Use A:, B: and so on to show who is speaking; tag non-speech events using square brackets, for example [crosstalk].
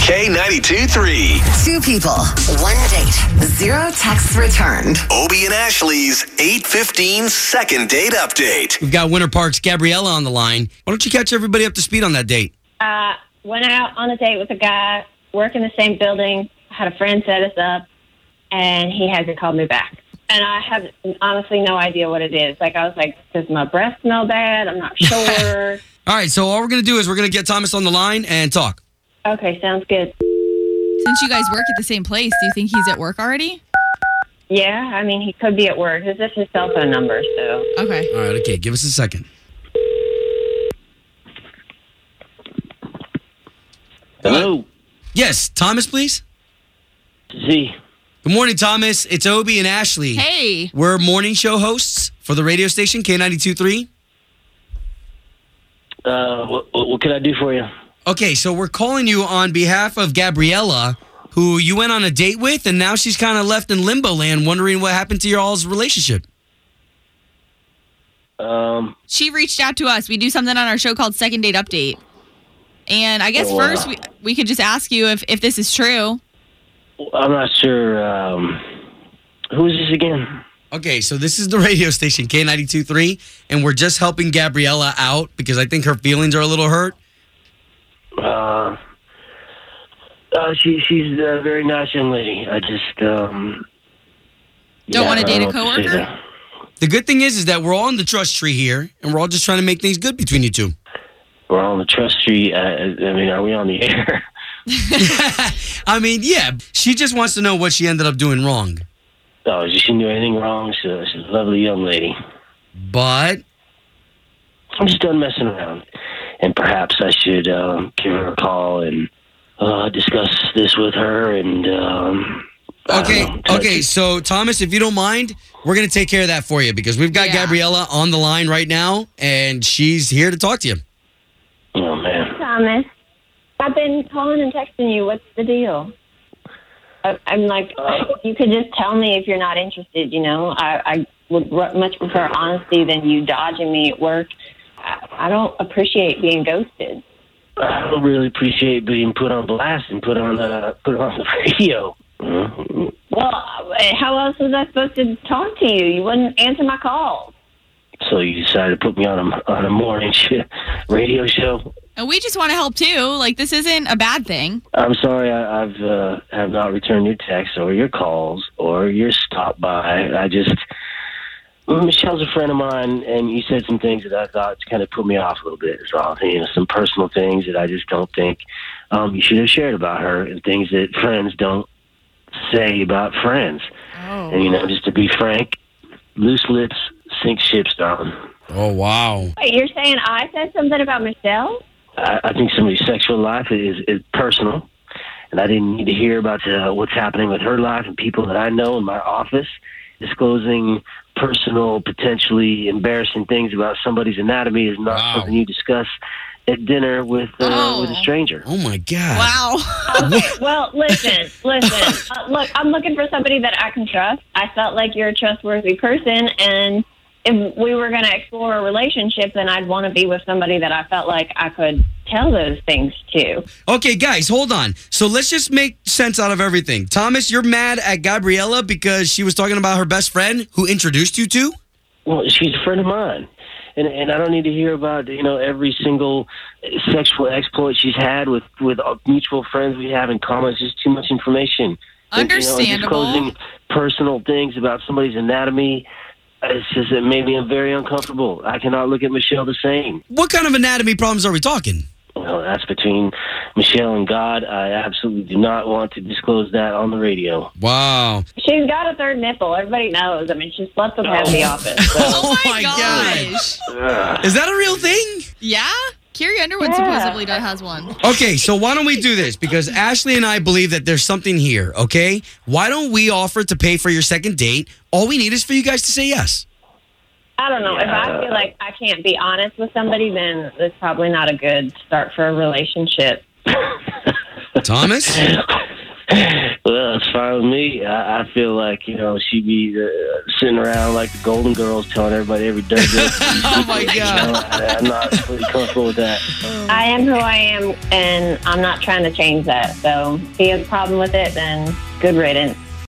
A: K92 3.
B: Two people, one date, zero texts returned.
A: Obie and Ashley's 815 second date update.
C: We've got Winter Park's Gabriella on the line. Why don't you catch everybody up to speed on that date?
D: Uh, went out on a date with a guy, work in the same building, had a friend set us up, and he hasn't called me back. And I have honestly no idea what it is. Like, I was like, does my breath smell bad? I'm not sure.
C: All right, so all we're going to do is we're going to get Thomas on the line and talk.
D: okay, sounds good.
E: Since you guys work at the same place, do you think he's at work already?
D: Yeah, I mean, he could be at work. This is his cell phone number, so.
E: Okay.
C: All right, okay, give us a second.
F: Hello,
C: Yes, Thomas, please.
F: Z.
C: Good morning, Thomas. It's Obie and Ashley.
E: Hey.
C: We're morning show hosts for the radio station K92.3.
F: Uh, what, what can I do for you?
C: Okay, so we're calling you on behalf of Gabriella, who you went on a date with, and now she's kind of left in limbo land wondering what happened to your all's relationship.
F: Um,
E: She reached out to us. We do something on our show called Second Date Update. And I guess
F: Oh, wow.
E: first we, we could just ask you if, if this is true.
F: I'm not sure. Um, who is this again?
C: Okay, so this is the radio station K92.3, and we're just helping Gabriella out because I think her feelings are a little hurt.
F: Uh, uh, she she's a very nice young lady. I just um,
E: Don't
F: yeah,
E: wanna
F: I
E: date a
F: know what to say
E: coworker?
F: now.
C: The good thing is, is that we're all in the trust tree here, and we're all just trying to make things good between you two.
F: We're on the trust tree. Uh, I mean, are we on the [laughs] air?
C: I mean, yeah, she just wants to know what she ended up doing wrong.
F: oh, she didn't do anything wrong. She's a, she's a lovely young lady.
C: But
F: I'm just done messing around, and perhaps I should um, give her a call and uh, discuss this with her. And um, I don't
C: okay,
F: know. So
C: okay. So Thomas, if you don't mind, we're gonna take care of that for you because we've got
E: Yeah.
C: Gabriella on the line right now, and she's here to talk to you.
F: Oh man,
D: Thomas, I've been calling and texting you. What's the deal? I, I'm like, you could just tell me if you're not interested. You know, I, I would r- much prefer honesty than you dodging me at work. I, I don't appreciate being ghosted.
F: I don't really appreciate being put on blast and put on uh, put on the [laughs] radio. Mhm.
D: Well, uh, how else was I supposed to talk to you? You wouldn't answer my calls.
F: So you decided to put me on a on a morning sh- radio show.
E: And we just want to help too. Like, this isn't a bad [laughs] thing.
F: I'm sorry, I, I've uh, have not returned your texts or your calls or your stop by. I just Mm, Michelle's a friend of mine, and you said some things that I thought kind of put me off a little bit. So you know, some personal things that I just don't think um, you should have shared about her, and things that friends don't say about friends. And you know, just to be frank, loose lips sink ships down.
C: Oh wow.
D: Wait, you're saying I said something about Michelle?
F: I, I think somebody's sexual life is, is personal, and I didn't need to hear about uh, what's happening with her life and people that I know in my office disclosing personal, potentially embarrassing things about somebody's anatomy is not
C: Wow.
F: something you discuss at dinner with uh,
E: Oh.
F: with a stranger.
C: Oh my god.
E: Wow. [laughs]
D: Well, listen, listen. Uh, look, I'm looking for somebody that I can trust. I felt like you're a trustworthy person, and if we were going to explore a relationship, then I'd want to be with somebody that I felt like I could tell those things to.
C: Okay, guys, hold on. So let's just make sense out of everything. Thomas, you're mad at Gabriella because she was talking about her best friend who introduced you to?
F: Well, she's a friend of mine. And, and I don't need to hear about you know every single sexual exploit she's had with with uh, mutual friends we have in common. It's just too much information. And, you know, and
E: Understandable.
F: disclosing personal things about somebody's anatomy. uh, It's just it made me very uncomfortable. I cannot look at Michelle the same.
C: What kind of anatomy problems are we talking?
F: Well, that's between Michelle and God. I absolutely do not want to disclose that on the radio.
C: Wow. [laughs]
D: She's got a third nipple. Everybody knows. I mean, she slept with half the office.
C: Oh, my
E: gosh.
C: Is that a real thing?
E: Yeah? Carrie Underwood
D: Yeah.
E: supposedly does, has one.
C: Okay, so why don't we do this? Because Ashley and I believe that there's something here, okay? Why don't we offer to pay for your second date? All we need is for you guys to say yes.
D: I don't know. If I feel like I can't be honest with somebody, then that's probably not a good start for a relationship.
C: Thomas?
F: Well, it's fine with me. I, I feel like you know she'd be uh, sitting around like the Golden Girls, telling everybody every day.
C: [laughs] oh my God.
F: I, am not really comfortable with that.
D: I am who I am, and I'm not trying to change that. So if he has a problem with it, then good riddance.